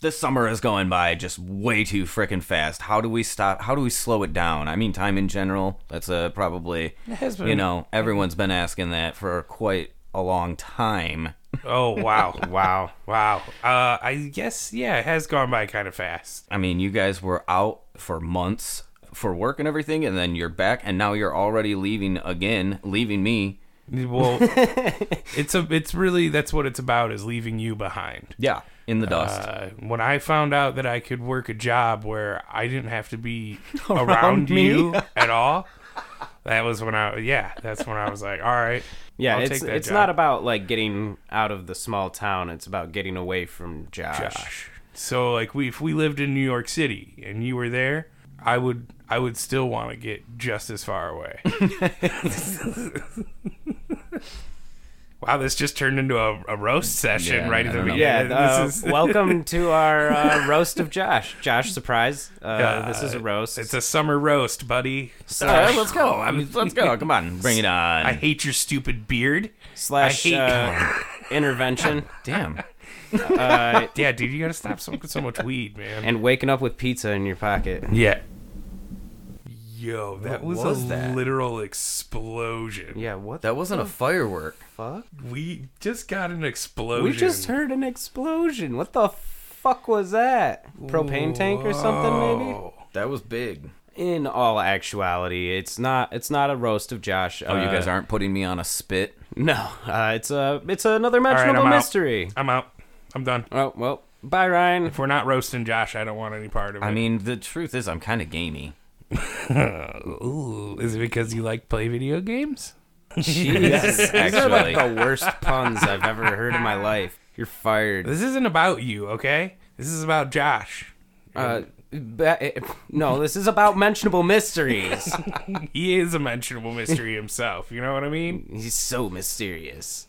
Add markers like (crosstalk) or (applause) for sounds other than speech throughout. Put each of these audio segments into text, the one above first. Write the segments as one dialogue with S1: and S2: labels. S1: this summer is going by just way too freaking fast. How do we stop? How do we slow it down? I mean, time in general. That's uh, probably
S2: It has been.
S1: you know everyone's been asking that for quite a long time.
S2: Oh wow, wow, wow. Uh, I guess yeah, it has gone by kind of fast.
S1: I mean, you guys were out for months for work and everything, and then you're back, and now you're already leaving again, leaving me.
S2: Well, it's a, it's really that's what it's about is leaving you behind.
S1: Yeah, in the dust.
S2: Uh, when I found out that I could work a job where I didn't have to be around,
S1: me?
S2: you at all, that was when I yeah, that's when I was like, all right,
S3: Yeah,
S2: I'll
S3: it's
S2: take that
S3: it's
S2: job.
S3: not about like getting out of the small town. It's about getting away from Josh.
S2: Josh. So like we if we lived in New York City and you were there, I would I would still want to get just as
S1: (laughs)
S2: far away. wow, this just turned into a, a roast session
S1: Yeah,
S2: right at
S1: I
S2: the
S1: don't know.
S2: beginning.
S3: Yeah, uh,
S2: this is,
S3: (laughs) welcome to our uh, roast of Josh. Josh, surprise! Uh,
S2: Uh,
S3: this is a roast.
S2: it's a summer roast, buddy.
S1: All right, Uh, let's go. I mean, let's go. Come on, bring
S3: (laughs)
S1: it on.
S2: I hate your stupid beard.
S3: slash
S2: I hate-
S3: uh,
S2: (laughs)
S3: intervention
S1: Damn.
S3: uh,
S2: Yeah, dude, you gotta stop smoking so much weed, man.
S3: and waking up with pizza in your pocket.
S2: yeah. Yo, that
S1: What
S2: was,
S1: was
S2: a
S1: that?
S2: literal explosion.
S3: Yeah, what the
S1: That wasn't a firework.
S3: fuck?
S2: We just got an explosion.
S3: We just heard an explosion. What the fuck was that? Propane tank or something maybe?
S2: Whoa.
S1: That was big.
S3: In all actuality, it's not it's not a roast of Josh. uh,
S1: Oh, you guys aren't putting me on a spit.
S3: (laughs) No, uh, it's a it's another
S2: right,
S3: mentionable
S2: I'm out.
S3: mystery.
S2: I'm out. I'm done.
S3: Oh well, bye Ryan.
S2: If we're not roasting Josh, I don't want any part of it.
S1: I mean, the truth is, I'm kind of gamey.
S2: Ooh, is it because you like play video games?
S3: Jeez, these are
S1: actually.
S3: like the worst puns I've ever heard in my life. You're fired.
S2: This isn't about you, okay? This is about Josh.
S3: Uh, ba- no, this is about mentionable mysteries. (laughs)
S2: He is a mentionable mystery himself. You know what I mean?
S3: He's so mysterious.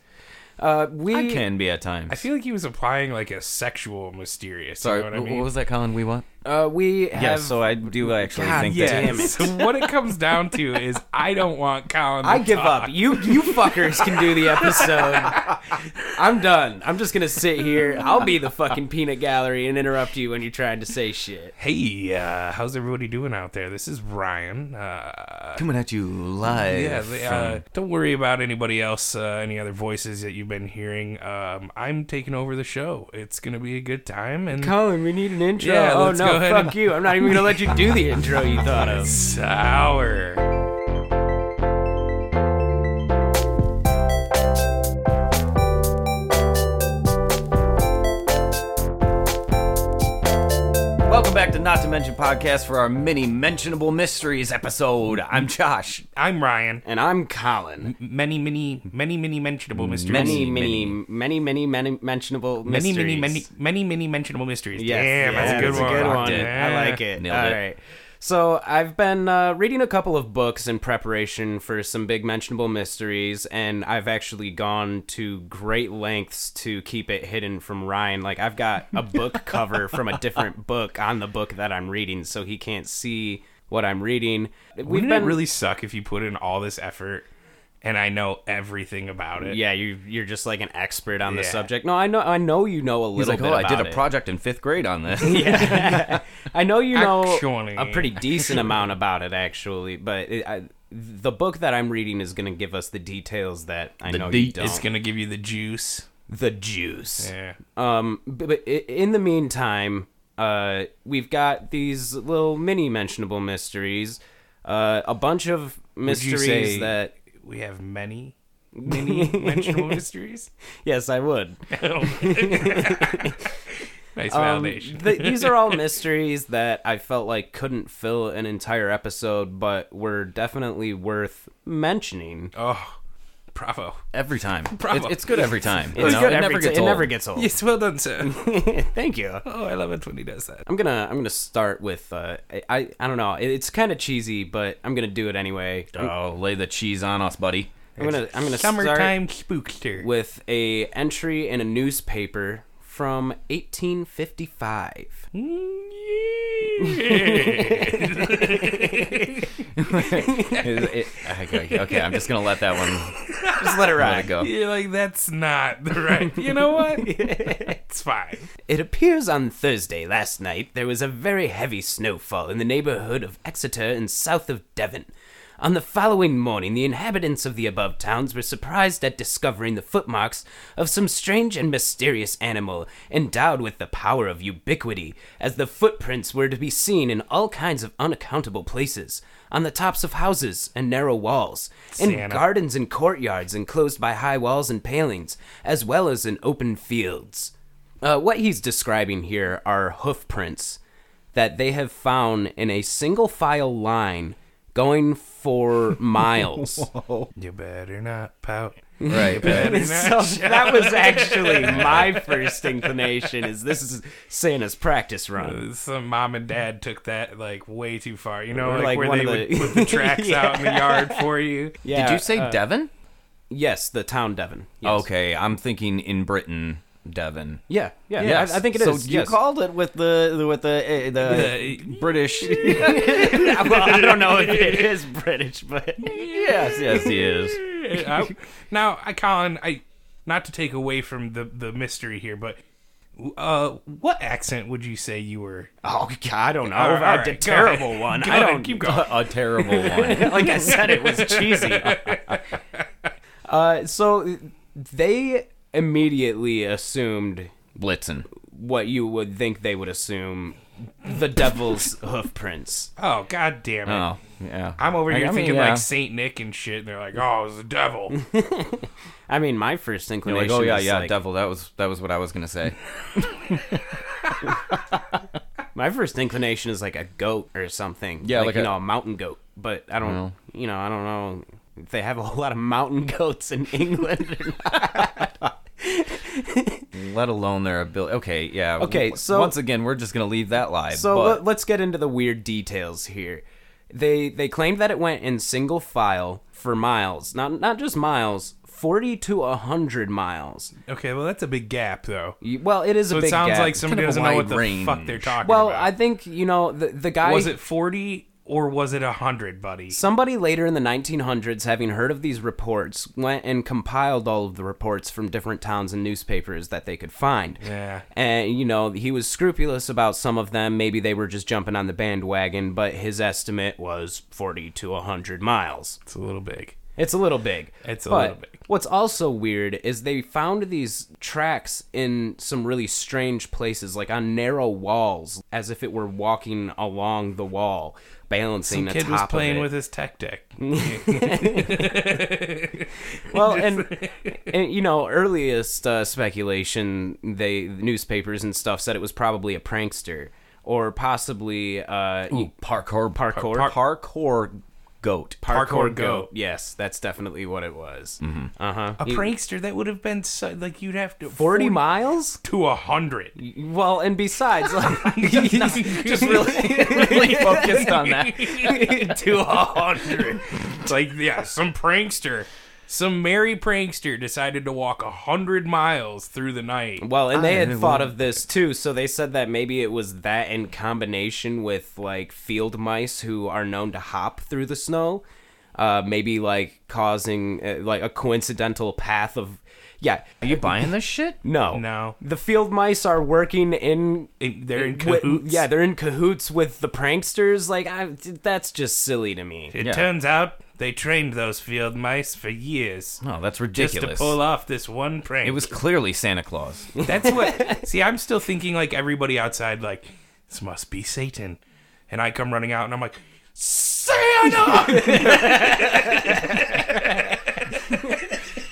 S3: Uh, we
S1: I can be at times.
S2: I feel like he was applying like a sexual mysterious.
S1: Sorry,
S2: you know what I
S1: wh-
S2: mean?
S1: what was that, Colin? We what?
S3: Uh, we have.
S1: Yeah, so I do actually
S3: God
S1: think
S2: yeah.
S1: that.
S3: Damn it.
S2: So what it comes down to is I don't want Colin. To
S3: (laughs) I give
S2: talk.
S3: up. You you fuckers can do the episode. I'm done. I'm just gonna sit here. I'll be the fucking peanut gallery and interrupt you when you're trying to say shit.
S2: Hey, uh, how's everybody doing out there? This is Ryan. Uh,
S1: Coming at you live.
S2: Yeah, the, uh, don't worry about anybody else, uh, any other voices that you've been hearing. Um, I'm taking over the show. It's gonna be a good time, and
S3: Colin, we need an intro.
S2: Yeah,
S3: oh
S2: let's
S3: no,
S2: go ahead
S3: fuck
S2: and-
S3: you. I'm not even gonna let you do the intro you thought of.
S2: sour.
S1: Welcome back to Not to Mention Podcast for our mini mentionable mysteries episode. I'm Josh.
S2: I'm Ryan.
S3: And I'm Colin.
S2: Many, many, many, many mentionable mysteries.
S3: Many, many, many, many, many mentionable
S2: many,
S3: mysteries.
S2: many, many, many, many mentionable mysteries.
S3: Yes,
S2: Damn, that's
S3: yes,
S2: a good
S3: that's
S2: one.
S3: A good one.
S1: Yeah.
S3: I like it. All
S1: Nailed
S3: right.
S1: it.
S3: So I've been uh, reading a couple of books in preparation for some big mentionable mysteries, and I've actually gone to great lengths to keep it hidden from Ryan. Like I've got
S2: (laughs)
S3: a book cover from a different book on the book that I'm reading, so he can't see what I'm reading. We've
S2: Wouldn't it really suck if you put in all this effort, and I know everything about it.
S3: (laughs) yeah, you you're just like an expert on the
S2: Yeah.
S3: subject. No, I know I know you know a little
S1: He's like,
S3: bit
S1: oh, I
S3: about
S1: did a
S3: it.
S1: project in fifth grade on (laughs) this.
S3: I know you know
S2: Actually.
S3: a pretty decent amount about it, actually, but it, I, the book that I'm reading is going to give us the details that I know you
S1: deets.
S3: don't.
S2: it's gonna give you the juice.
S3: the juice.
S2: Yeah.
S3: Um, but, but i- in the meantime, uh, we've got these little mini mentionable mysteries, uh, a bunch of
S2: Would you
S3: mysteries
S2: say
S3: that.
S2: we have many,
S3: (laughs)
S2: many mentionable mysteries?
S3: Yes, I would.
S2: (laughs) Nice
S3: Um,
S2: validation.
S3: th- these are all mysteries that I felt like couldn't fill an entire episode, but were definitely worth mentioning.
S2: oh, bravo.
S1: Every time.
S2: Bravo.
S1: It's, it's good every time. you
S3: It's
S1: know?
S3: good
S1: It
S3: every
S1: never
S3: ti-
S1: gets
S3: it
S1: old.
S3: never gets old.
S2: Yes, well done, sir.
S3: (laughs) Thank you.
S2: oh, I love it when he does that.
S3: I'm gonna I'm gonna start with uh, I, I I don't know. It, it's kind of cheesy, but I'm gonna do it anyway. I'm,
S1: Oh, lay the cheese on us, (laughs) buddy.
S3: I'm gonna I'm gonna start
S2: Summertime spookster.
S3: with a entry (laughs) in a newspaper from 1855.
S2: Mm, shit.
S1: It- okay, okay, I'm just gonna let that one
S3: Just let it
S1: let
S3: ride.
S1: it go.
S2: You're (laughs) like, that's not the right. You know
S3: (laughs)
S2: what? it's fine.
S3: It appears on Thursday last night there was a very heavy snowfall in the neighborhood of Exeter and south of Devon. On the following morning, the inhabitants of the above towns were surprised at discovering the footmarks of some strange and mysterious animal endowed with the power of ubiquity, as the footprints were to be seen in all kinds of unaccountable places on the tops of houses and narrow walls, in
S2: Santa.
S3: gardens and courtyards enclosed by high walls and palings, as well as in open fields. Uh, what he's describing here are hoof prints that they have found in a single file line going
S1: (laughs)
S3: for miles.
S2: You better not pout.
S1: Right, right.
S3: (laughs) so that was actually my first inclination is this is Santa's practice
S2: (laughs)
S3: run.
S2: Some mom and dad took that like way too far. You know,
S3: Or,
S2: like,
S3: like,
S2: where
S3: one
S2: they
S3: of
S2: would
S3: the-
S2: put
S3: (laughs)
S2: the tracks out in the yard for you.
S3: Yeah,
S1: Did you say
S3: uh,
S1: Devon?
S3: yes, the town Devon. Yes.
S1: Okay, I'm thinking in Britain, Devon.
S3: Yeah, yeah,
S1: Yes.
S3: I, I think it is.
S1: so You
S3: yes.
S1: called it with the the- with the uh, the uh, British. (laughs) yes,
S3: (laughs) well, I don't know
S1: (laughs)
S3: if it is British, but
S1: yes, he (laughs) is.
S2: (laughs) I- now, I, Colin, I not to take away from the the mystery here, but uh, what accent would you say you were?
S3: oh god, I don't know.
S2: All right,
S3: That's a
S2: go
S3: terrible
S2: ahead.
S3: one.
S2: Go
S3: I
S2: ahead,
S3: don't
S2: keep going.
S1: (laughs) A terrible one.
S3: like I said,
S2: (laughs)
S3: it was cheesy. uh, so they immediately assumed
S1: Blitzen.
S3: what you would think they would assume
S2: (laughs)
S3: the devil's hoof prints.
S2: Oh, god damn it!
S1: Oh, yeah.
S2: I'm over
S1: I-
S2: here
S1: I mean,
S2: thinking
S1: yeah.
S2: like Saint Nick and shit, and they're like, "Oh, it's the
S3: (laughs)
S2: devil."
S3: I mean, my first
S1: You're
S3: inclination
S1: like, oh yeah,
S3: is
S1: yeah,
S3: like,
S1: devil. That was that was what I was gonna (laughs) say.
S3: my first inclination is like a goat or something.
S1: Yeah,
S3: like,
S1: like
S3: you
S1: a-
S3: know, a mountain goat. But I don't, you know, I don't know if they have a whole lot of mountain (laughs) goats in England. or not.
S1: Let alone their ability. Okay, yeah.
S3: Okay,
S1: w-
S3: so-
S1: once again, we're just gonna leave that lie.
S3: So
S1: but-
S3: let, us get into the weird details here. They they claimed that it went in single file for miles, not not just miles, forty to hundred miles.
S2: okay, well, that's a big gap, though.
S3: You- Well, it is
S2: So
S3: a
S2: it
S3: big
S2: sounds
S3: gap.
S2: like somebody
S1: kind of a
S2: doesn't know what
S1: wide
S2: the fuck
S1: range.
S2: they're talking
S3: well,
S2: about.
S3: I think you know the the guy
S2: was it 40 or was it 100, buddy?
S3: Somebody later in the 1900s, having heard of these reports, went and compiled all of the reports from different towns and newspapers that they could find.
S2: Yeah.
S3: And, you know, he was scrupulous about some of them. Maybe they were just jumping on the bandwagon, but his estimate was 40 to 100 miles.
S2: It's a little big.
S3: It's a little big.
S2: It's a
S3: But
S2: little big.
S3: What's also weird is they found these tracks in some really strange places, like on narrow walls, as if it were walking along the wall, balancing
S2: The
S3: atop
S2: kid was playing
S3: of it.
S2: with his tech deck.
S1: (laughs)
S3: well, and, and you know, earliest uh, speculation, they the newspapers and stuff said it was probably a prankster or possibly uh,
S1: Ooh, parkour,
S3: Parkour?
S1: parkour goat. Mm-hmm.
S2: Parkour goat.
S3: Yes, that's definitely what it was. Uh huh.
S2: A prankster that would have been so, like you'd have to
S3: Forty miles?
S2: to 100.
S3: Well, and
S1: (laughs)
S3: besides, like, (laughs)
S2: Just really (laughs)
S1: really focused on that.
S2: to 100. It's like yeah, some prankster, some merry prankster decided to walk 100 miles through the night.
S3: well, and
S2: Ah,
S3: they
S1: I
S3: had
S1: really
S3: thought
S1: love
S3: of this too, so they said that maybe it was that in combination with like field mice who are known to hop through the snow, uh, maybe like causing uh, like a coincidental path of, yeah,
S1: Are you buying this shit?
S3: no,
S2: No.
S3: the field mice are working in.
S2: It- They're in
S3: wi-
S2: cahoots.
S3: yeah, they're in cahoots with the pranksters. Like, I, that's just silly to me.
S2: It
S1: Yeah.
S2: turns out they trained those field mice for years
S1: No, that's
S2: just to
S1: ridiculous.
S2: pull off this one prank.
S1: It was clearly Santa Claus.
S2: (laughs) That's what. see, I'm still thinking like everybody outside, like this must be Satan, and I come running out and I'm like, (laughs) Santa!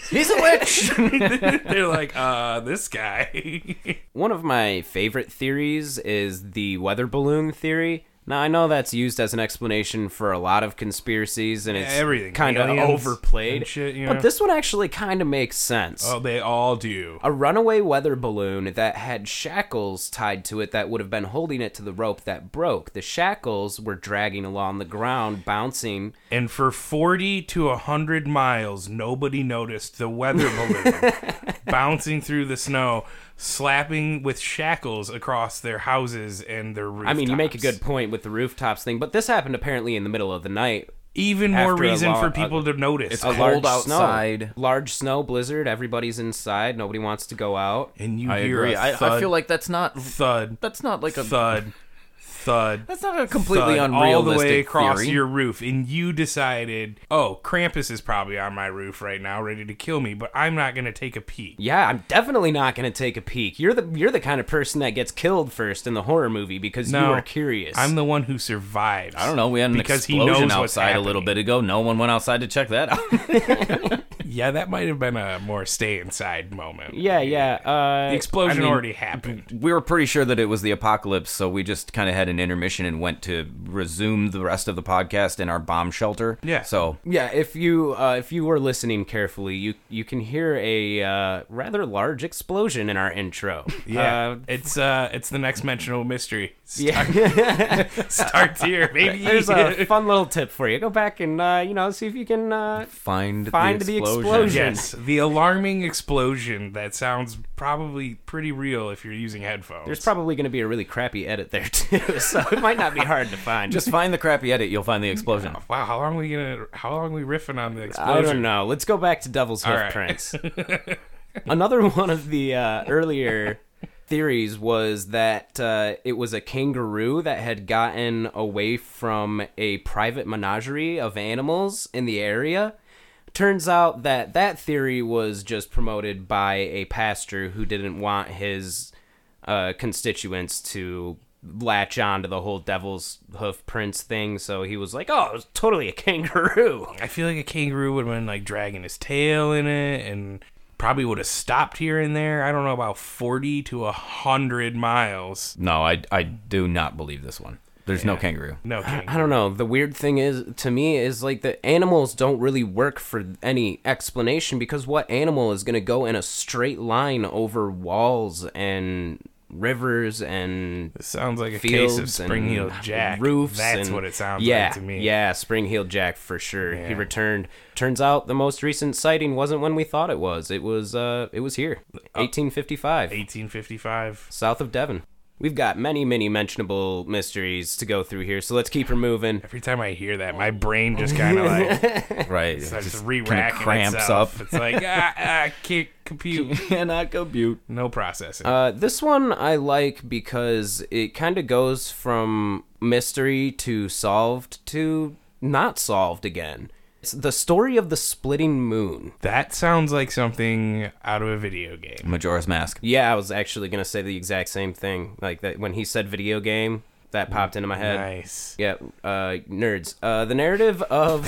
S1: He's a
S2: (laughs)
S1: witch.
S2: They're like, uh, this guy. (laughs)
S3: One of my favorite theories is the weather balloon theory. Now I know that's used as an explanation for a lot of conspiracies and it's
S2: everything.
S3: kind of
S2: Aliens
S3: overplayed.
S2: and shit, you know?
S3: But this one actually kind of makes sense.
S2: oh, they all do.
S3: A runaway weather balloon that had shackles tied to it that would have been holding it to the rope that broke. The shackles were dragging along the ground, bouncing.
S2: And for 40
S1: (laughs)
S2: to 100 miles, nobody noticed the weather balloon bouncing through the snow slapping with shackles across their houses and their roofs.
S3: I mean, you make a good point with the rooftops thing, but this happened apparently in the middle of the night.
S2: even more
S3: after a
S2: reason
S3: long-
S2: for
S3: a-
S2: people to notice.
S1: It's
S3: A
S1: Cold
S3: large
S1: outside.
S3: snow, large snow blizzard. Everybody's inside. Nobody wants to go out.
S2: and you
S1: I
S2: hear
S1: agree.
S2: a
S1: I,
S2: thud,
S1: I feel like that's not
S2: thud,
S1: that's not like a
S2: thud, thud.
S1: that's not a completely
S2: thud
S1: unrealistic
S2: all the way across
S1: theory.
S2: your roof, and you decided, oh, Krampus is probably on my roof right now, ready to kill me, but I'm not gonna take a peek.
S3: Yeah, I'm definitely not going to take a peek. You're the you're the kind of person that gets killed first in the horror movie because you
S2: No.
S3: are curious.
S2: I'm the one who survives.
S1: I don't know. We had an
S2: Because he
S1: explosion
S2: knows what's
S1: outside a little bit ago. No one went outside to check
S2: (laughs)
S1: that out.
S2: Yeah, that might have been a more stay inside moment.
S3: yeah, yeah. Uh,
S2: The explosion
S1: I mean- (laughs)
S2: already happened.
S1: we were pretty sure that it was the apocalypse, so we just kind of had an intermission and went to resume the rest of the podcast in our bomb shelter.
S2: Yeah.
S1: So
S3: yeah, if you uh, if you were listening carefully, you you can hear a uh, rather large explosion in our intro.
S2: (laughs) Yeah,
S3: Uh,
S2: it's uh, it's the next mentionable mystery. Start,
S3: yeah.
S2: (laughs)
S1: (laughs)
S2: starts here, baby.
S3: (laughs)
S2: (laughs)
S3: There's a fun little tip for you. Go back and uh, you know see if you can. Uh,
S1: find
S3: Find
S1: the
S3: the
S1: explosion.
S3: explosion.
S2: yes, the alarming explosion that sounds probably pretty real if you're using headphones.
S3: there's probably going to be a really crappy edit there (laughs) too, so it might not be hard to find.
S1: Just find the crappy edit. You'll find the explosion.
S2: wow. How long are we gonna? How long are we riffing on the
S3: I
S2: explosion?
S3: don't know. Let's go back to Devil's Hoof
S2: right.
S3: Prince. Another one of the uh, earlier theories was that uh, it was a kangaroo that had gotten away from a private menagerie of animals in the area. Turns out that that theory was just promoted by a pastor who didn't want his uh, constituents to latch on to the whole devil's hoof prince thing so he was like oh it was totally a kangaroo
S2: I feel like a kangaroo would have been like dragging his tail in it and probably would have stopped here and there. I don't know about 40 to 100 miles.
S1: No, I I do not believe this one. There's no
S2: (laughs)
S1: kangaroo.
S2: No
S3: (sighs) I
S2: kangaroo.
S3: don't know. The weird thing is to me is like the animals don't really work for any explanation because what animal is going to go in a straight line over walls and rivers and
S2: It sounds like a
S3: fields
S2: case of spring
S3: and
S2: heel jack.
S3: roofs?
S2: That's
S3: and-
S2: what it sounds
S3: yeah,
S2: like to me.
S3: Yeah, spring heel jack for sure. He
S2: Yeah.
S3: returned. Turns out the most recent sighting wasn't when we thought it was. It was uh it was here, 1855
S2: 1855.
S3: south of Devon. We've got many, many mentionable mysteries to go through here, so let's keep her moving.
S2: Every time I hear that, my brain just kind
S3: (laughs)
S2: of like
S1: Right. It
S2: starts just
S1: kinda
S2: re-racking
S1: cramps
S2: itself.
S1: up.
S2: It's like, ah, ah, can't compute.
S1: (laughs)
S3: (laughs)
S1: Cannot compute.
S2: No processing.
S3: Uh, this one I like because it kind of goes from mystery to solved to not solved again. It's the story of the splitting moon.
S2: that sounds like something out of a video game.
S1: Majora's Mask.
S3: Yeah, I was actually gonna say the exact same thing. Like that when he said video game, that popped into my head.
S2: Nice.
S3: Yeah, uh, nerds. Uh, the narrative of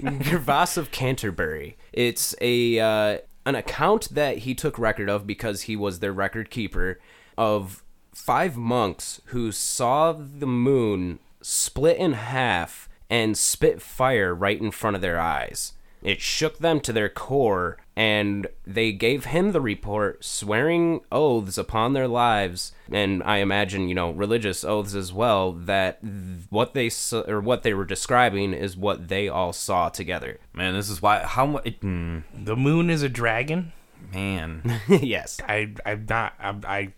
S3: Gervas of Canterbury. It's a uh, an account that he took record of because he was their record keeper of five monks who saw the moon split in half and spit fire right in front of their eyes. It shook them to their core, and they gave him the report, swearing oaths upon their lives, and I imagine you know religious oaths as well, that th- what they s- or what they were describing is what they all saw together. (laughs)
S1: Man, this is why. How much? Mm,
S2: The moon is a dragon.
S1: man.
S3: yes.
S2: I, I'm not. I'm, I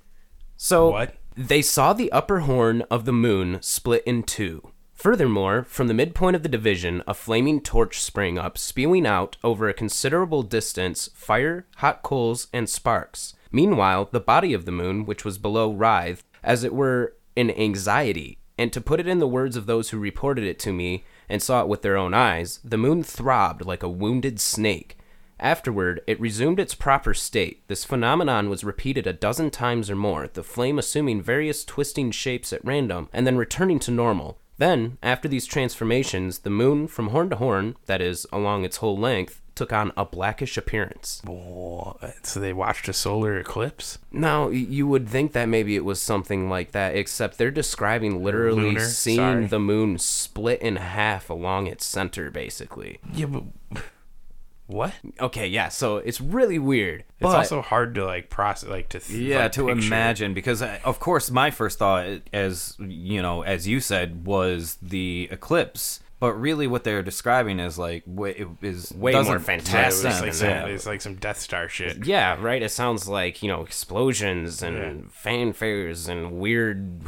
S3: So
S2: What?
S3: they saw the upper horn of the moon split in two. Furthermore, from the midpoint of the division, a flaming torch sprang up, spewing out over a considerable distance fire, hot coals, and sparks. Meanwhile, the body of the moon, which was below, writhed, as it were, in anxiety. And to put it in the words of those who reported it to me and saw it with their own eyes, the moon throbbed like a wounded snake. Afterward, it resumed its proper state. This phenomenon was repeated a dozen times or more, the flame assuming various twisting shapes at random and then returning to normal. Then, after these transformations, the moon from horn to horn, that is, along its whole length, took on a blackish appearance.
S2: What? So they watched a solar eclipse?
S3: Now, y- you would think that maybe it was something like that, except they're describing literally
S2: Lunar,
S3: seeing
S2: sorry.
S3: the moon split in half along its center, basically.
S2: Yeah, but what? It's
S3: Okay, yeah, so it's really weird. but
S2: also hard to like process, like to th-
S1: Yeah,
S2: like,
S1: to
S2: picture.
S1: imagine because I, of course my first thought as you know as you said was the eclipse But really, what they're describing is like wa- it is
S3: Way more
S1: doesn't-
S3: fantastic
S1: doesn't-
S2: It's like, some,
S1: yeah.
S2: it's like some Death Star shit.
S3: Yeah, right. It sounds like, you know, explosions and fanfares and weird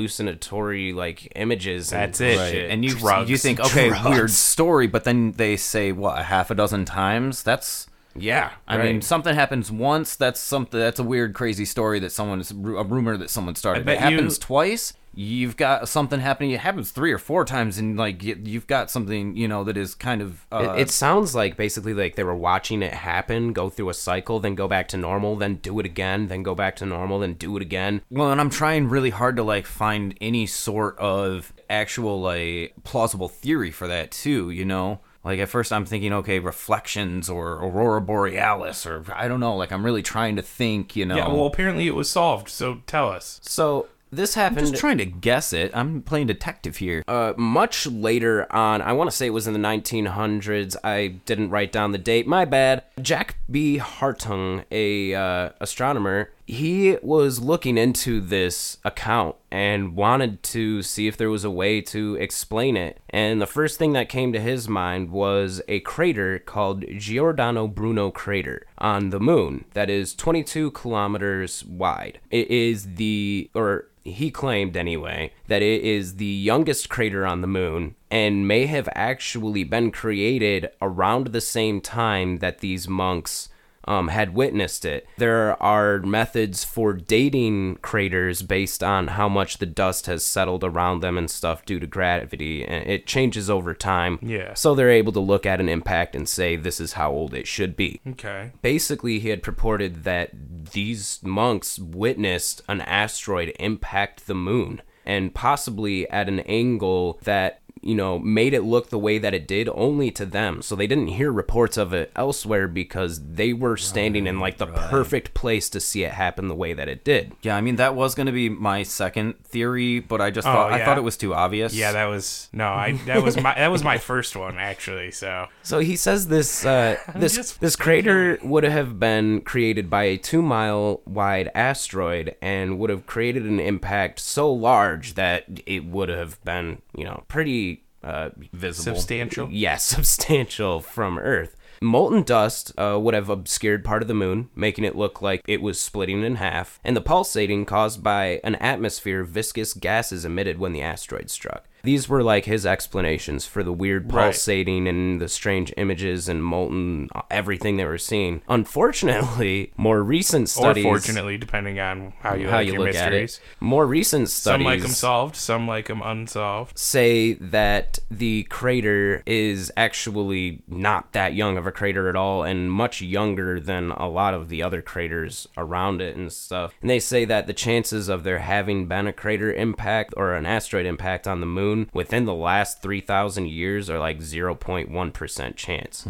S3: hallucinatory like images and
S2: That's it.
S3: shit.
S2: Right.
S1: and you
S2: Drugs.
S1: you think okay,
S3: (laughs)
S1: weird
S2: Drugs.
S1: story, but then they say what a half a dozen times. That's
S3: Yeah.
S1: I
S3: right.
S1: mean, something happens once. That's something. That's a weird, crazy story that someone is a rumor that someone started.
S2: bet
S1: It happens
S2: you-
S1: twice. You've got something happening. It happens three or four times, and like y- you've got something you know that is kind of uh,
S3: It, it sounds like basically like they were watching it happen, go through a cycle, then go back to normal, then do it again, then go back to normal, then do it again.
S1: Well, and I'm trying really hard to like find any sort of actual like plausible theory for that too, you know? Like at first I'm thinking okay, reflections or aurora borealis or I don't know, like I'm really trying to think, you know.
S2: Yeah, well, apparently it was solved, so tell us.
S3: So this
S1: I'm
S3: happened
S1: just trying to guess it. I'm playing detective here.
S3: uh, much later on. I want to say it was in the 1900s. I didn't write down the date. My bad. Jack B. Hartung, a uh, astronomer, he was looking into this account and wanted to see if there was a way to explain it. And the first thing that came to his mind was a crater called Giordano Bruno Crater on the moon that is 22 kilometers wide. It is the or he claimed anyway that it is the youngest crater on the moon and may have actually been created around the same time that these monks um, had witnessed it. There are methods for dating craters based on how much the dust has settled around them and stuff due to gravity, and it changes over time.
S2: Yeah.
S3: So they're able to look at an impact and say this is how old it should be
S2: Okay.
S3: basically he had purported that these monks witnessed an asteroid impact the moon and possibly at an angle that you know made it look the way that it did only to them so they didn't hear reports of it elsewhere because they were standing in like the perfect place to see it happen the way that it did
S1: Yeah, I mean that was going to be my second theory, but I just thought I
S2: Oh, yeah.
S1: thought it was too obvious.
S2: Yeah, that was no, I that was my that was my first one actually. So
S3: So he says
S2: (laughs)
S3: this uh, this
S2: just-
S3: this crater would have been created by a two mile wide asteroid and would have created an impact so large that it would have been you know pretty uh, visible,
S2: Substantial?
S3: yeah, (laughs) substantial from Earth. Molten dust uh, would have obscured part of the moon, making it look like it was splitting in half, and the pulsating caused by an atmosphere of viscous gases emitted when the asteroid struck. These were like his explanations for the weird
S2: Right.
S3: pulsating and the strange images and molten uh, everything they were seeing. Unfortunately, more recent studies,
S2: or fortunately, depending on how you
S3: how
S2: like
S3: you
S2: your
S3: look at
S2: mysteries.
S3: it, more recent studies
S2: Some like them solved, some like them unsolved.
S3: say that the crater is actually not that young of a crater at all and much younger than a lot of the other craters around it and stuff. And they say that the chances of there having been a crater impact or an asteroid impact on the moon within the last 3,000 years are like 0.1% chance.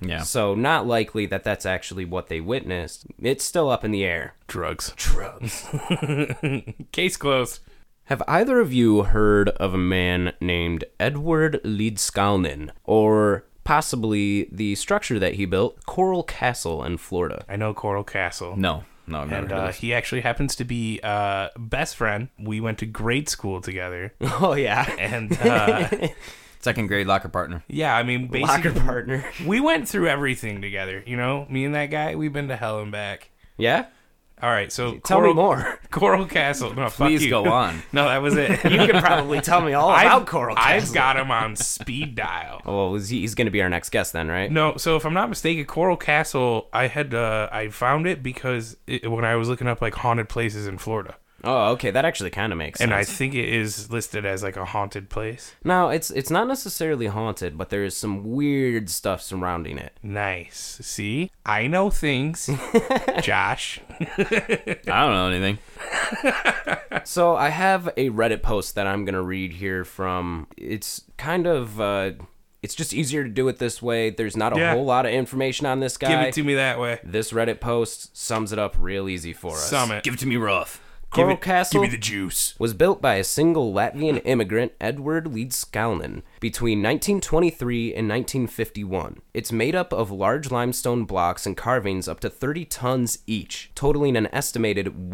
S1: Yeah.
S3: So, not likely that that's actually what they witnessed. It's still up in the air.
S2: Drugs. Drugs. (laughs) Case closed.
S3: Have either of you heard of a man named Edward Lidskalnin, or possibly the structure that he built, Coral Castle in Florida?
S2: I know Coral Castle.
S1: No. No, I've never
S2: And
S1: heard of
S2: uh,
S1: this.
S2: he actually happens to be uh, best friend. We went to grade school
S3: (laughs)
S2: together,
S3: (laughs) Oh yeah,
S2: and uh,
S1: Second grade locker partner.
S2: yeah, I mean,
S3: locker
S2: basically,
S3: partner.
S2: we went through everything together. You know, me and that guy, we've been to hell and back.
S3: Yeah,
S2: All right, so
S3: tell
S2: Coral,
S3: me (laughs) more.
S2: Coral Castle. No, fuck
S1: Please
S2: you.
S1: go on.
S2: (laughs) no, that was it.
S3: (laughs) You can probably tell me (laughs) all about
S2: I've-
S3: Coral
S2: I've
S3: Castle.
S2: got him on speed dial.
S3: Oh, is he, he's going to be our next guest then, right?
S2: No, so if I'm not mistaken, Coral Castle, I had uh, I found it because it, when I was looking up like haunted places in Florida,
S3: Oh, okay, that actually kind of makes sense.
S2: and I think it is listed as like a haunted place.
S3: Now, it's it's not necessarily haunted, but there is some weird stuff surrounding it.
S2: Nice. See, I know
S3: (laughs)
S2: things, Josh.
S1: I don't know anything.
S3: (laughs) So I have a Reddit post that I'm gonna read here from. It's kind of. Uh, it's just easier to do it this way. There's not a
S2: Yeah.
S3: whole lot of information on this guy.
S2: Give it to me that way.
S3: this Reddit post sums it up real easy for us.
S2: Summit.
S1: Give it to me rough.
S3: Coral
S2: give it-
S3: Castle
S2: Give me the juice.
S3: was built by a single Latvian immigrant, Edward Lidskalnin. between 1923 and 1951. It's made up of large limestone blocks and carvings up to 30 tons each, totaling an estimated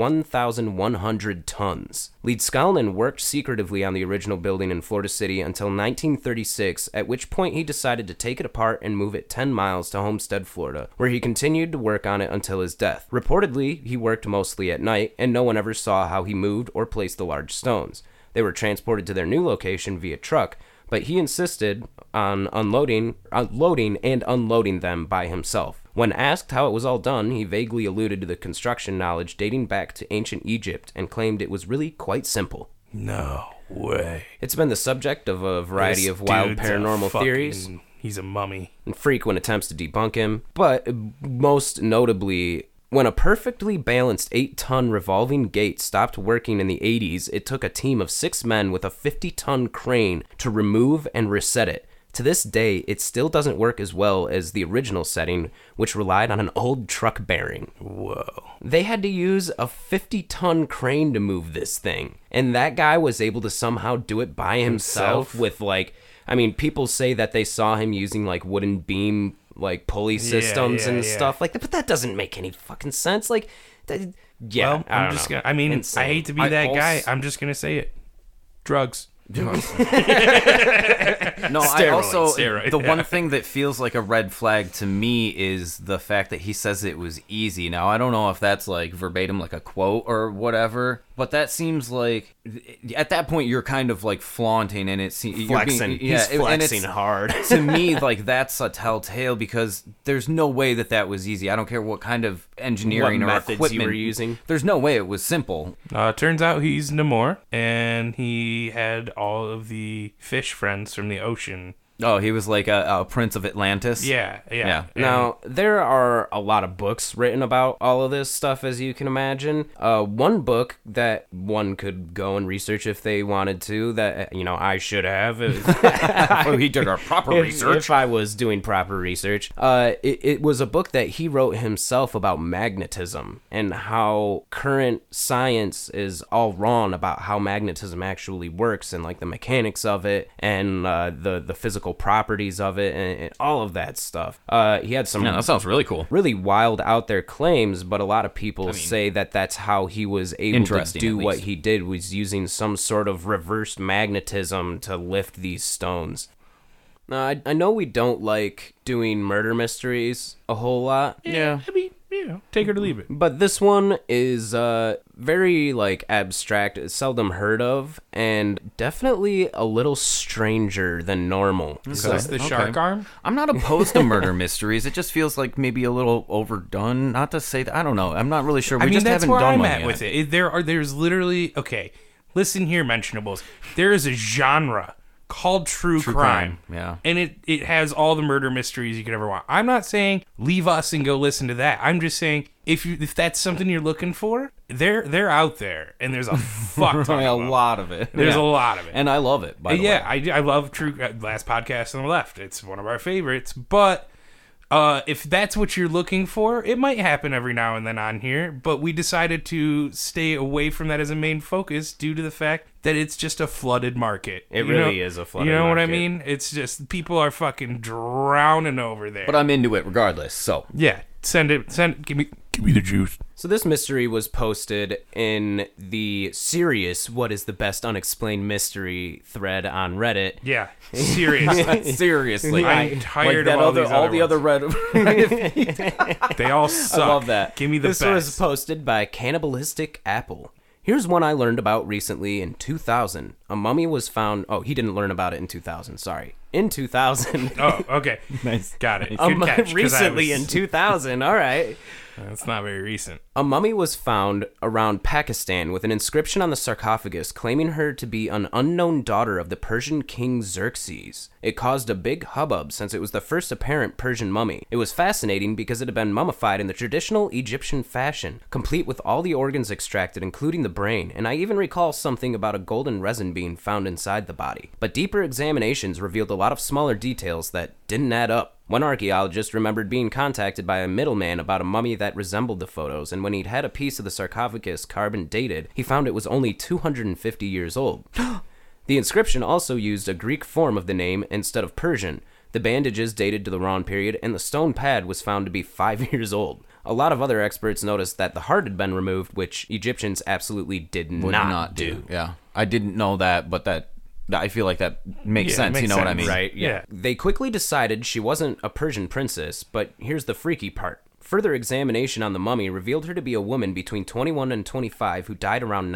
S3: 1,100 tons. Lead Skalnin worked secretively on the original building in Florida City until 1936, at which point he decided to take it apart and move it 10 miles to Homestead, Florida, where he continued to work on it until his death. Reportedly, he worked mostly at night, and no one ever saw how he moved or placed the large stones. They were transported to their new location via truck, but he insisted on unloading, unloading and unloading them by himself. When asked how it was all done, he vaguely alluded to the construction knowledge dating back to ancient Egypt and claimed it was really quite simple.
S2: No way.
S3: It's been the subject of a variety
S2: This
S3: of wild
S2: dude's a
S3: paranormal
S2: fucking-
S3: theories
S2: He's a mummy.
S3: and frequent attempts to debunk him, but most notably, when a perfectly balanced 8 ton revolving gate stopped working in the 80s, it took a team of six men with a 50 ton crane to remove and reset it. To this day, it still doesn't work as well as the original setting, which relied on an old truck bearing.
S2: Whoa.
S3: They had to use a 50 ton crane to move this thing. And that guy was able to somehow do it by himself,
S2: Himself?
S3: with like, I mean, people say that they saw him using like wooden beam, like pulley systems
S2: yeah,
S3: and
S2: yeah.
S3: stuff like that, but that doesn't make any fucking sense. Like, that, yeah.
S2: Well,
S3: I
S2: I'm
S3: don't
S2: just
S3: know.
S2: gonna. I mean,
S3: Insane.
S2: I hate to be
S1: I
S2: that
S1: also-
S2: guy. I'm just gonna say it. Drugs.
S1: No, I
S3: Steroid,
S1: also
S2: steroid,
S1: the
S2: yeah.
S1: one thing that feels like a red flag to me is the fact that he says it was easy. Now I don't know if that's like verbatim, like a quote or whatever, but that seems like at that point you're kind of like flaunting, and it seems
S3: flexing. He's flexing (laughs) hard.
S1: (laughs) to me, like that's a telltale because there's no way that that was easy. I don't care what kind of engineering
S3: What
S1: or
S3: methods you were
S1: equipment
S3: using.
S1: There's no way it was simple.
S2: Uh, turns out he's Namor, and he had all of the fish friends from the ocean.
S1: Oh, he was like a, a prince of Atlantis.
S2: Yeah, yeah.
S1: Yeah.
S2: And
S3: Now, there are a lot of books written about all of this stuff, as you can imagine. Uh, one book that one could go and research if they wanted to, that, uh, you know, I should
S1: (laughs)
S3: have. If,
S1: Oh, he did a proper
S3: (laughs) if-
S1: research.
S3: if I was doing proper research. Uh, it, it was a book that he wrote himself about magnetism and how current science is all wrong about how magnetism actually works and, like, the mechanics of it and uh, the, the physical properties of it and, and all of that stuff. Uh, he had some
S1: yeah, that sounds really cool.
S3: really wild out there claims but a lot of people say that that's how he was able to
S1: Interesting,
S3: do
S1: at
S3: what
S1: least.
S3: he did was using some sort of reverse magnetism to lift these stones now I, I know we don't like doing murder mysteries a whole lot
S1: Yeah.
S2: I mean, you know, take it or leave it.
S3: but this one is uh very like abstract it's seldom heard of and definitely a little stranger than normal
S2: So it's the shark arm.
S1: I'm not opposed to
S2: (laughs)
S1: murder mysteries. It just feels like maybe a little overdone. Not to say that I don't know. I'm not really sure. We
S2: I mean,
S1: just
S2: that's
S1: haven't
S2: where
S1: done
S2: I'm
S1: one
S2: at
S1: yet.
S2: with it. It- There are there's literally okay. Listen here, mentionables. There is a genre called true, crime,
S1: crime, yeah.
S2: and it it has all the murder mysteries you could ever want. I'm not saying leave us and go listen to that. I'm just saying if you if that's something you're looking for, they're they're out there,
S1: (laughs)
S2: and there's a fuck ton
S1: a
S2: of 'em.
S1: lot of it.
S2: There's
S1: Yeah.
S2: a lot of it. Uh,
S1: and I love it. By the
S2: yeah,
S1: way.
S2: I, do- I love True uh, Last Podcast on the Left. It's one of our favorites. But uh, if that's what you're looking for, it might happen every now and then on here. But we decided to stay away from that as a main focus due to the fact that it's just a flooded market.
S3: It
S2: You
S3: really
S2: know-
S3: is a flooded
S2: You know what I
S3: market.
S2: mean? It's just people are fucking drowning over there.
S3: uh,
S1: but I'm into it regardless. So
S2: yeah, send it. Send give me give me the juice.
S3: So this mystery was posted in the serious "What is the best unexplained mystery?" thread on Reddit. (laughs)
S2: Yeah, seriously.
S1: seriously,
S2: I'm tired of all these other ones.
S1: red.
S3: (laughs)
S2: they all suck.
S3: I love that.
S2: Give me the
S3: this
S2: best.
S3: was posted by Cannibalistic Apple. Here's one I learned about recently in 2000. A mummy was found. Oh, he didn't learn about it in 2000. Sorry,
S2: (laughs)
S3: in 2000.
S2: Oh, okay.
S3: (laughs)
S2: nice. Got it. Good
S3: Um,
S2: catch, 'cause I
S3: recently
S2: was-
S3: in 2000. All right.
S2: That's not very recent.
S3: A mummy was found around Pakistan with an inscription on the sarcophagus claiming her to be an unknown daughter of the Persian king Xerxes. It caused a big hubbub since it was the first apparent Persian mummy. It was fascinating because it had been mummified in the traditional Egyptian fashion, complete with all the organs extracted, including the brain, and I even recall something about a golden resin being found inside the body. But deeper examinations revealed a lot of smaller details that didn't add up. One archaeologist remembered being contacted by a middleman about a mummy that resembled the photos, and when he'd had
S1: (gasps)
S3: a piece of the sarcophagus carbon dated, he found it was only 250 years old. The inscription also used a Greek form of the name instead of Persian. The bandages dated to the Ron period, and the stone pad was found to be five (laughs) years old. A lot of other experts noticed that the heart had been removed, which Egyptians absolutely did
S1: Would
S3: not,
S1: not,
S3: do.
S1: do. Yeah, I didn't know that, but that I feel like that makes
S2: Yeah, it
S1: sense. you
S2: makes
S1: know what I
S2: sense.
S1: mean?
S3: Right? Yeah.
S2: Yeah.
S3: They quickly decided she wasn't a Persian princess, but here's the freaky part. Further examination on the mummy revealed her to be a woman between 21 and 25 who died around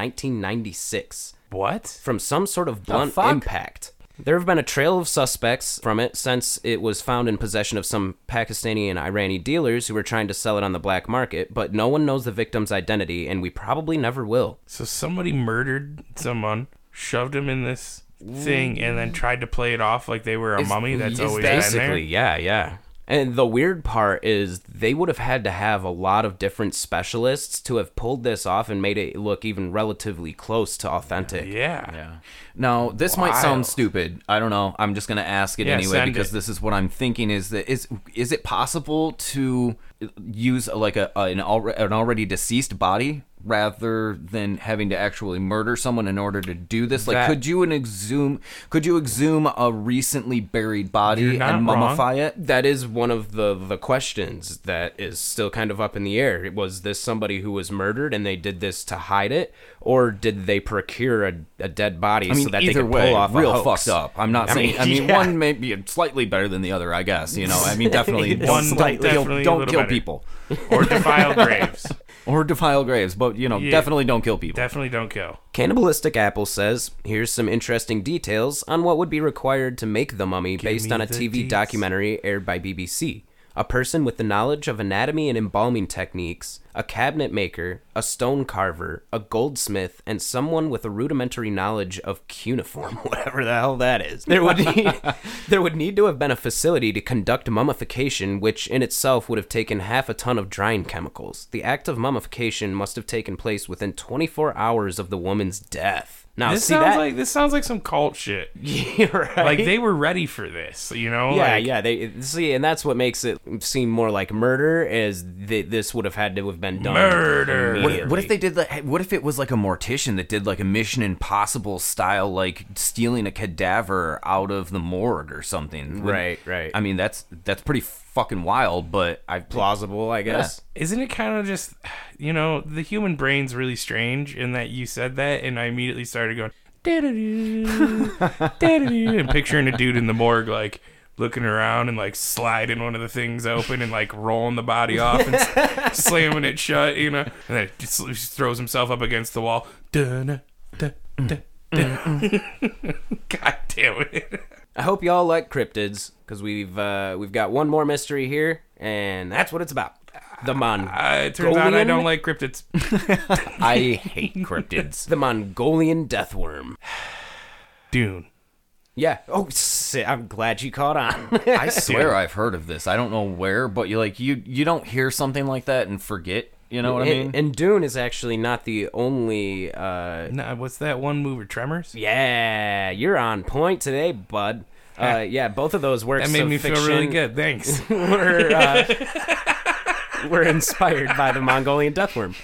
S3: 1996
S2: What?
S3: from some sort of blunt
S1: fuck?
S3: impact. There have been a trail of suspects from it since it was found in possession of some Pakistani and Irani dealers who were trying to sell it on the black market, but no one knows the victim's identity, and we probably never will.
S2: So somebody murdered someone, shoved him in this thing, and then tried to play it off like they were a mummy that's
S1: is
S2: always been there.
S3: Basically, yeah, yeah. And the weird part is they would have had to have a lot of different specialists to have pulled this off and made it look even relatively close to authentic.
S2: Yeah.
S1: Yeah. Now this might
S2: Wild.
S1: sound stupid. I don't know. I'm just gonna ask it
S2: Yeah,
S1: anyway
S2: send
S1: because
S2: it.
S1: this is what I'm thinking. Is that is is it possible to use like a, a an already an already deceased body rather than having to actually murder someone in order to do this? Like,
S2: That-
S1: could you an exhume? Could you exhume a recently buried
S2: You're
S1: body
S2: not
S1: and
S2: wrong.
S1: mummify it?
S3: That is one of the the questions that is still kind of up in the air. Was this somebody who was murdered and they did this to hide it, or did they procure a, a dead body
S1: I mean,
S3: so that they
S1: either
S3: could
S1: way,
S3: pull off a
S1: real
S3: hoax?
S1: fucked up. I'm not saying.
S2: mean,
S1: I
S3: (laughs)
S1: mean,
S2: yeah.
S1: one may be slightly better than the other. I guess you know. I
S2: (laughs)
S1: mean, definitely don't,
S2: One
S1: don't
S2: slightly-
S1: kill,
S2: definitely a
S1: don't
S2: little
S1: kill
S2: better.
S1: people
S3: (laughs)
S2: Or defile graves.
S1: or defile graves, but you know, definitely don't kill people.
S2: Definitely don't kill.
S3: Cannibalistic Apple says, here's some interesting details on what would be required to make the mummy based
S2: me
S3: on a
S2: the
S3: TV
S2: deets.
S3: documentary aired by BBC. A person with the knowledge of anatomy and embalming techniques, a cabinet maker, a stone carver, a goldsmith, and someone with a rudimentary knowledge of cuneiform, (laughs) whatever the hell that is. There
S2: (laughs)
S3: would need, there would need to have been a facility to conduct mummification, which in itself would have taken half a ton of drying chemicals. The act of mummification must have taken place within 24 hours of the woman's death. Now,
S2: This
S3: see
S2: sounds
S3: (laughs) that?
S2: like this sounds like some cult shit.
S3: Yeah, right.
S2: Like they were ready for this, you know?
S3: Yeah,
S2: Like,
S3: yeah. They see, and that's what makes it seem more like murder. Is th- this would have had to have been done
S2: Murder.
S1: What, what
S3: immediately.
S1: if they did that? What if it was like a mortician that did like a Mission Impossible style, like stealing a cadaver out of the morgue or something? Would-
S3: Right, right.
S1: I mean, that's that's pretty fucking wild, but I
S3: plausible? I guess.
S2: Isn't it kind of just, you know, the human brain's really strange in that you said that, and I immediately started going, da-da-doo, da-da-doo, and picturing a dude in the morgue, like, looking around and, like, sliding one of the things open and, like, rolling the body off and s- slamming it shut, you know? And then just just throws himself up against the wall. Da-na, da, da, da. (laughs) God damn it.
S3: I hope y'all like cryptids because we've uh, we've got one more mystery here, and that's what it's about. The Mon
S2: Uh, it turns out I
S3: Golian?
S2: don't like cryptids.
S1: I hate cryptids.
S3: (laughs) the Mongolian deathworm.
S2: Dune.
S3: Yeah. Oh, si- I'm glad you caught on. (laughs)
S1: I swear I've heard of this. I don't know where, but you like you you don't hear something like that and forget. You know what I mean?
S3: and, and Dune is actually not the only. Uh,
S2: Nah, what's that one movie, Tremors?
S3: yeah, you're on point
S2: (laughs)
S3: today, bud. Uh, yeah, both of those works.
S2: That made
S3: of
S2: me
S3: fiction
S2: feel really good.
S3: (laughs)
S2: Thanks. (laughs)
S3: were uh, were inspired by the
S2: (laughs)
S3: Mongolian deathworm.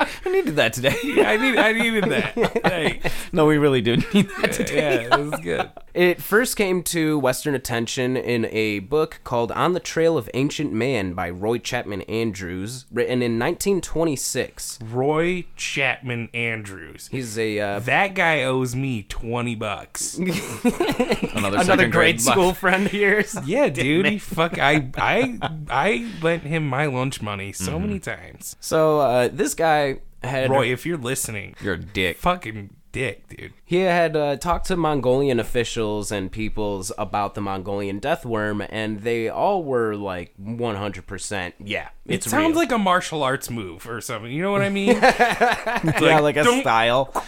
S1: I needed that today.
S2: I need I needed that. Thanks.
S1: no, we really do need that today.
S2: Yeah, it was good.
S3: (laughs) It first came to Western attention in a book called On the Trail of Ancient Man by Roy Chapman Andrews, written in 1926.
S2: Roy Chapman Andrews.
S3: He's a uh,
S2: That guy owes me twenty
S3: (laughs)
S2: bucks.
S1: Another,
S3: another
S1: second
S3: grade
S1: laugh.
S3: school friend of yours.
S2: Yeah, dude. He fuck. I I I lent him my lunch money so
S3: Mm-hmm.
S2: many times.
S3: So uh, this guy had
S2: Roy, if you're listening,
S1: You're a dick.
S2: fucking dick, dude.
S3: He had uh, talked to Mongolian officials and peoples about the Mongolian deathworm, and they all were like 100%. Yeah, it's
S2: it sounds
S3: real.
S2: like a martial arts move or something. You know what I
S3: (laughs)
S2: mean?
S3: yeah, like a
S2: don't-
S3: style.
S2: (laughs)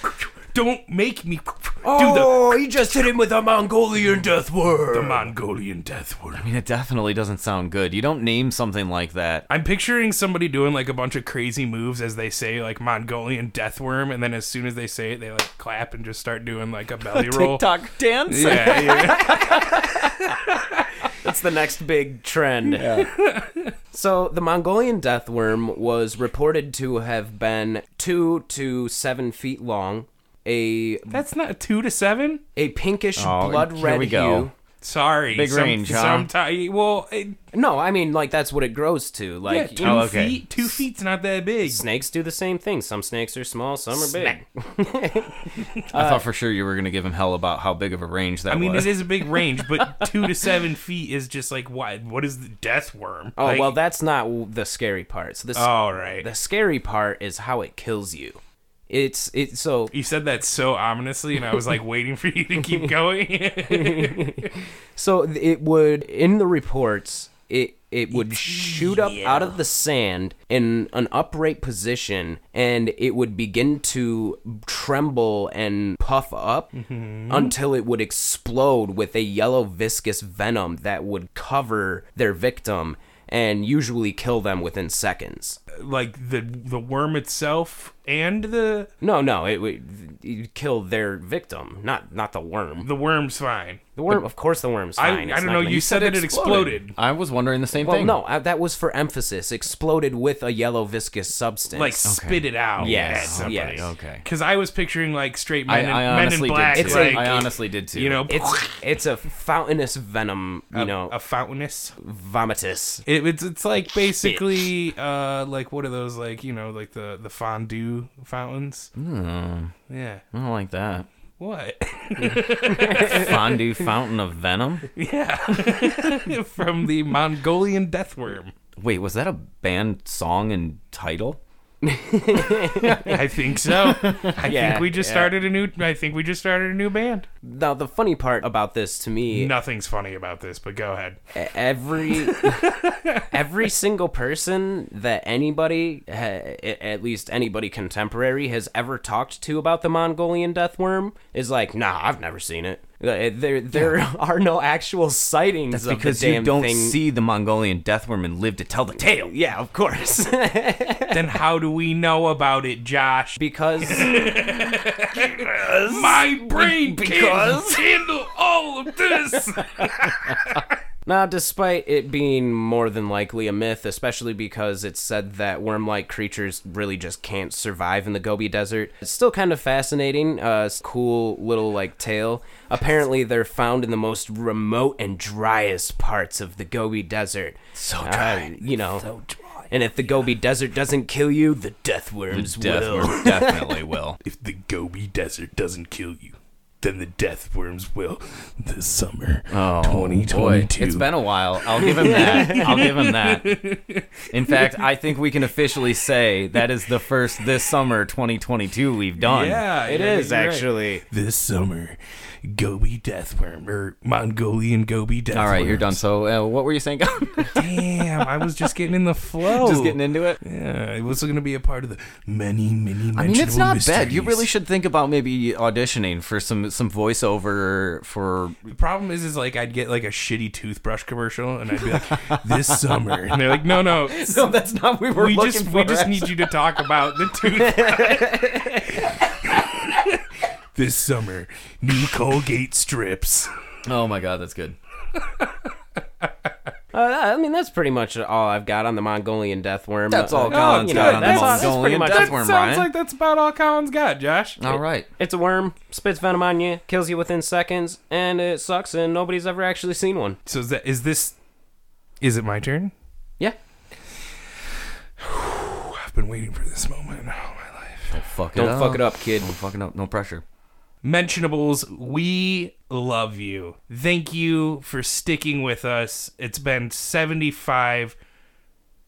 S2: Don't make me (laughs) do
S3: Oh, he just hit him with a Mongolian deathworm.
S2: the, the Mongolian death word.
S1: I mean, it definitely doesn't sound good. You don't name something like that.
S2: I'm picturing somebody doing like a bunch of crazy moves as they say like Mongolian deathworm, and then as soon as they say it, they like clap and just start doing
S3: (laughs)
S2: like a belly roll.
S3: TikTok dance.
S2: Yeah, yeah.
S3: That's the next big trend. (laughs) so the Mongolian deathworm was reported to have been two to seven feet long, a
S2: (laughs) That's not two to seven.
S3: a pinkish
S1: Oh,
S3: blood
S1: here
S3: red
S1: we go.
S3: hue.
S2: Sorry,
S1: Big range, huh?
S2: Sometimes, well, it,
S3: No, I mean like that's what it grows to.
S2: yeah,
S3: Like
S2: two
S3: you know,
S1: oh, okay.
S2: feet. Two feet's not that big.
S3: snakes do the same thing. Some snakes are small, some are big.
S1: I thought for sure you were gonna give him hell about how big of a range that
S2: I mean,
S1: was.
S2: it is a big range,
S3: (laughs)
S2: but two to seven feet is just like what? What is the death worm?
S3: Oh
S2: Like, Oh.
S3: well, that's not w- the scary part. So this
S2: all right.
S3: the scary part is how it kills you. It's it so
S2: you said that so ominously, and I was like waiting for you
S1: (laughs)
S2: to keep going. (laughs)
S3: So th- it would in the reports it it would shoot up out of the sand in an upright position and it would begin to tremble and puff up
S2: Mm-hmm.
S3: until it would explode with a yellow viscous venom that would cover their victim and usually kill them within seconds.
S2: like the the worm itself and the
S3: No, no, it would it'd kill their victim, not not the worm.
S2: the worm's fine.
S3: The worm, of course, the worm's
S2: I,
S3: fine.
S2: I
S3: it's
S2: don't
S3: not
S2: know.
S3: gonna-
S2: You said that it exploded.
S1: I was wondering the same
S3: Well,
S1: thing.
S3: no, I, that was for emphasis. Exploded with a yellow viscous substance.
S2: Like spit it out.
S3: Yes, yes.
S1: Okay.
S2: Because I was picturing like straight
S1: I,
S2: men, in-
S1: I
S2: men in
S1: honestly
S2: black.
S1: did.
S3: It's
S1: Too.
S3: like-
S1: I honestly did too.
S2: you know,
S3: it's it's a fountainous venom. You know,
S2: a fountainous.
S3: vomitus.
S2: It, it's it's like basically uh like what are those like you know like the the fondue fountains? Yeah.
S1: I don't like that (laughs)
S2: What? (laughs)
S1: fondue fountain of venom.
S2: yeah. From the Mongolian death worm.
S1: Wait, was that a band song and title?
S2: I think so. I
S3: Yeah,
S2: think we just
S3: yeah.
S2: started a new. I think we just started a new band.
S3: Now the funny part about this to me,
S2: Nothing's funny about this, but go ahead.
S3: e- every (laughs) every single person that anybody, ha- a- at least anybody contemporary, has ever talked to about the Mongolian death worm is like, nah, I've never seen it. Uh, There there (laughs) are no actual sightings of
S1: Because
S3: the damn
S1: you don't
S3: thing.
S1: see the Mongolian deathworm and live to tell the tale.
S3: yeah, of course. (laughs)
S2: then how do we know about it, Josh?
S3: because
S2: (laughs) My brain can't (laughs)
S3: Because-
S2: handle all of this.
S3: Now, despite it being more than likely a myth, especially because it's said that worm like creatures really just can't survive in the Gobi Desert, it's still kind of fascinating. Uh, it's a cool little, like, tale. Apparently, they're found in the most remote and driest parts of the Gobi Desert. So
S1: dry.
S3: you know. And if the Gobi Desert doesn't kill you, the death worms will. (laughs)
S1: Deathworm definitely will.
S2: if the Gobi Desert doesn't kill you, then the death worms will. This summer,
S1: Oh, boy. It's been a while. I'll give him that. I'll give him that. In fact, I think we can officially say that is the first this summer 2022 we've done.
S2: yeah,
S3: It
S2: you're-
S3: is,
S2: you're right.
S3: actually.
S2: this summer, Gobi deathworm or Mongolian Gobi deathworm.
S1: All right, you're done. So, uh, what were you saying? (laughs) Just
S2: (laughs) Damn, I was just getting
S1: (laughs)
S2: in the flow.
S1: getting into it.
S2: Yeah, it was going to be a part of the many, many.
S1: I mean, it's not bad. You really should think about maybe auditioning for some some voiceover for.
S2: The problem is, is like I'd get like a shitty toothbrush commercial, and I'd be like, "This summer," and they're like, "No, no,
S1: (laughs)
S3: (laughs)
S1: No, that's not what we were
S2: we
S1: looking
S2: just
S1: for.
S2: we just need you to talk about
S3: (laughs)
S2: the toothbrush." (laughs) this summer, new
S1: (laughs)
S2: Colgate strips.
S1: oh my god, that's good.
S3: Uh, I mean, that's pretty much all I've got on the Mongolian death worm.
S1: That's all
S3: Uh,
S1: Colin's
S3: you
S1: got
S3: know,
S1: on
S3: that's-
S1: the
S3: that's pretty
S1: Mongolian
S3: much-
S1: death
S2: that
S1: worm,
S2: sounds
S1: Ryan.
S2: like that's about all Colin's got, Josh.
S1: All right.
S3: It's a worm, spits venom on you, kills you within seconds, and it sucks, and nobody's ever actually seen one.
S2: So is that is this? Is it my turn?
S3: Yeah.
S2: I've been waiting for this moment Oh, all my life.
S1: Don't fuck
S3: Don't fuck it up, kid.
S1: Don't fuck it up. No pressure.
S2: Mentionables, we love you. Thank you for sticking with us. It's been 75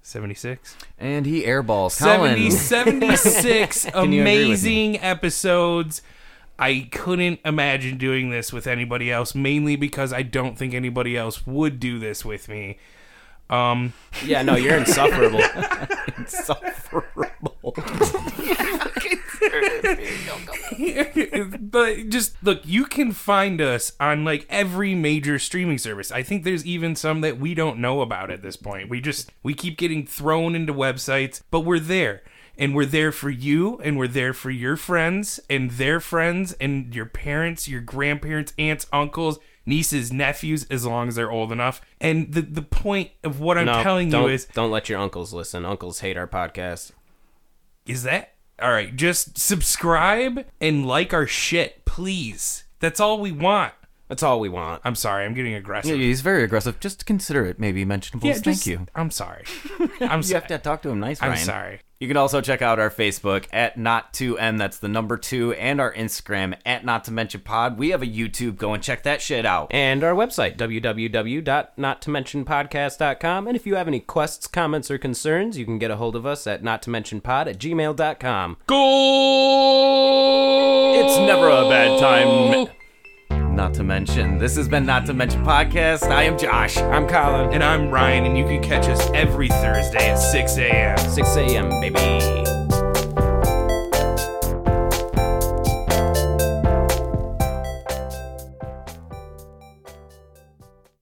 S2: 76
S1: And he airballs.
S2: 70,
S1: Colin. (laughs)
S2: 76
S1: you agree with me?
S2: amazing episodes. I couldn't imagine doing this with anybody else, mainly because I don't think anybody else would do this with me. Um,
S3: Yeah, no, you're insufferable.
S1: (laughs) Insufferable.
S2: but just look, you can find us on like every major streaming service. I think there's even some that we don't know about at this point. We just we keep getting thrown into websites, but we're there. And we're there for you, and we're there for your friends, and their friends, and your parents, your grandparents, aunts, uncles, nieces, nephews, as long as they're old enough. And the, the point of what I'm
S3: No,
S2: telling
S3: don't,
S2: you is
S3: don't let your uncles listen. Uncles hate our podcast.
S2: is that All right, just subscribe and like our shit, please. That's all we want.
S3: That's all we want.
S2: I'm sorry, I'm getting
S1: Yeah,
S2: aggressive.
S1: he's very aggressive. Just consider it maybe mentionables.
S2: Yeah,
S1: Thank
S2: just-
S1: you.
S2: I'm sorry.
S1: (laughs)
S2: I'm
S1: You
S2: sorry.
S1: have to talk to him nice,
S2: I'm
S1: Ryan.
S2: sorry.
S1: You can also check out our Facebook at Not2M, that's the number two, and our Instagram at Not To Mention Pod. We have a YouTube going. Check that shit out.
S3: And our website, www.nottomentionpodcast.com. And if you have any quests, comments, or concerns, you can get a hold of us at nottomentionpod at gmail.com.
S2: Go.
S1: It's never a bad time. Not to mention, this has been Not To Mention Podcast. I am Josh.
S3: I'm Colin.
S2: And I'm Ryan, and you can catch us every Thursday at 6 a.m.
S3: 6 a.m., baby.